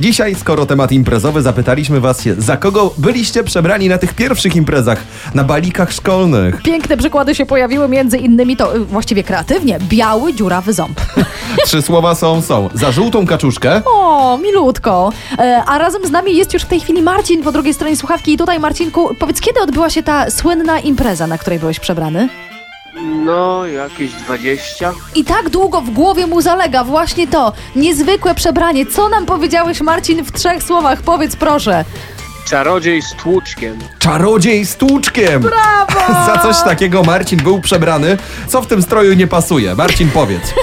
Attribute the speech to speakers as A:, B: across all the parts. A: Dzisiaj, skoro temat imprezowy, zapytaliśmy was, za kogo byliście przebrani na tych pierwszych imprezach, na balikach szkolnych.
B: Piękne przykłady się pojawiły, między innymi to y, właściwie kreatywnie, biały dziurawy ząb.
A: Trzy słowa są, są. Za żółtą kaczuszkę,
B: O, milutko. E, A razem z nami jest już w tej chwili Marcin po drugiej stronie słuchawki. I tutaj, Marcinku, powiedz, kiedy odbyła się ta słynna impreza, na której byłeś przebrany?
C: No, jakieś 20.
B: I tak długo w głowie mu zalega właśnie to niezwykłe przebranie. Co nam powiedziałeś, Marcin, w trzech słowach? Powiedz proszę.
C: Czarodziej z tłuczkiem.
A: czarodziej z tłuczkiem. Brawo! za coś takiego Marcin był przebrany. Co w tym stroju nie pasuje? Marcin, powiedz.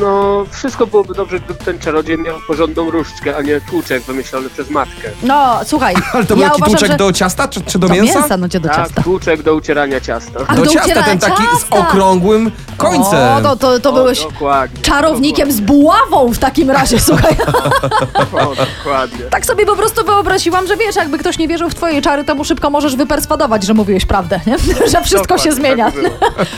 C: No, wszystko byłoby dobrze, gdyby ten czarodziej miał porządną różdżkę, a nie tłuczek wymyślony przez matkę.
B: No, słuchaj.
A: Ale to był
B: ja
A: taki
B: uważam,
A: tłuczek
B: że...
A: do ciasta czy, czy do,
B: do
A: mięsa?
B: no cię do
C: Tak,
B: ciasta.
C: tłuczek do ucierania ciasta.
B: A,
A: Do,
B: do
A: ciasta,
B: ucierania
A: ten taki z
B: ciasta.
A: okrągłym końcem.
B: O, to, to, to
C: O,
B: byłeś
C: dokładnie,
B: czarownikiem z buławą w takim razie, słuchaj.
C: dokładnie. O, dokładnie.
B: Tak sobie po prostu wyobraziłam, że wiesz, jakby ktoś nie wierzył w twoje czary, to mu szybko możesz wyperswadować, że mówiłeś prawdę, nie? że wszystko
C: Dokładnie,
B: się zmienia.
C: Tak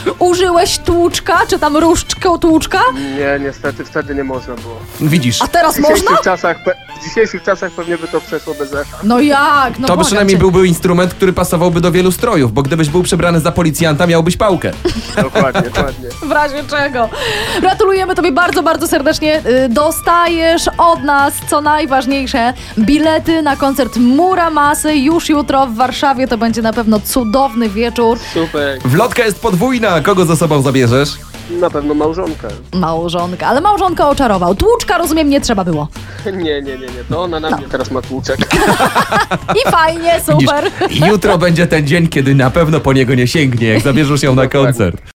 C: było.
B: Użyłeś tłuczka, czy tam różdżkę tłuczka,
C: nie, niestety wtedy nie można było.
A: Widzisz,
B: a teraz
C: W
B: można?
C: dzisiejszych, czasach, pe- w dzisiejszych czasach pewnie by to przeszło bez echa.
B: No jak? No
A: to by
B: błagam
A: przynajmniej
B: cię.
A: byłby instrument, który pasowałby do wielu strojów, bo gdybyś był przebrany za policjanta, miałbyś pałkę.
C: Dokładnie, dokładnie.
B: W razie czego. Gratulujemy tobie bardzo, bardzo serdecznie. Y, Dostajesz od nas, co najważniejsze, bilety na koncert Mura Masy już jutro w Warszawie. To będzie na pewno cudowny wieczór.
C: Super.
A: Wlotka jest podwójna, kogo ze sobą zabierzesz?
C: Na pewno małżonka.
B: Małżonka, ale małżonka oczarował. Tłuczka, rozumiem, nie trzeba było.
C: Nie, nie, nie, nie. To ona na
B: No.
C: mnie teraz ma tłuczek.
B: I fajnie,
A: Widzisz,
B: super.
A: Jutro będzie ten dzień, kiedy na pewno po niego nie sięgnie, jak zabierzesz ją na koncert.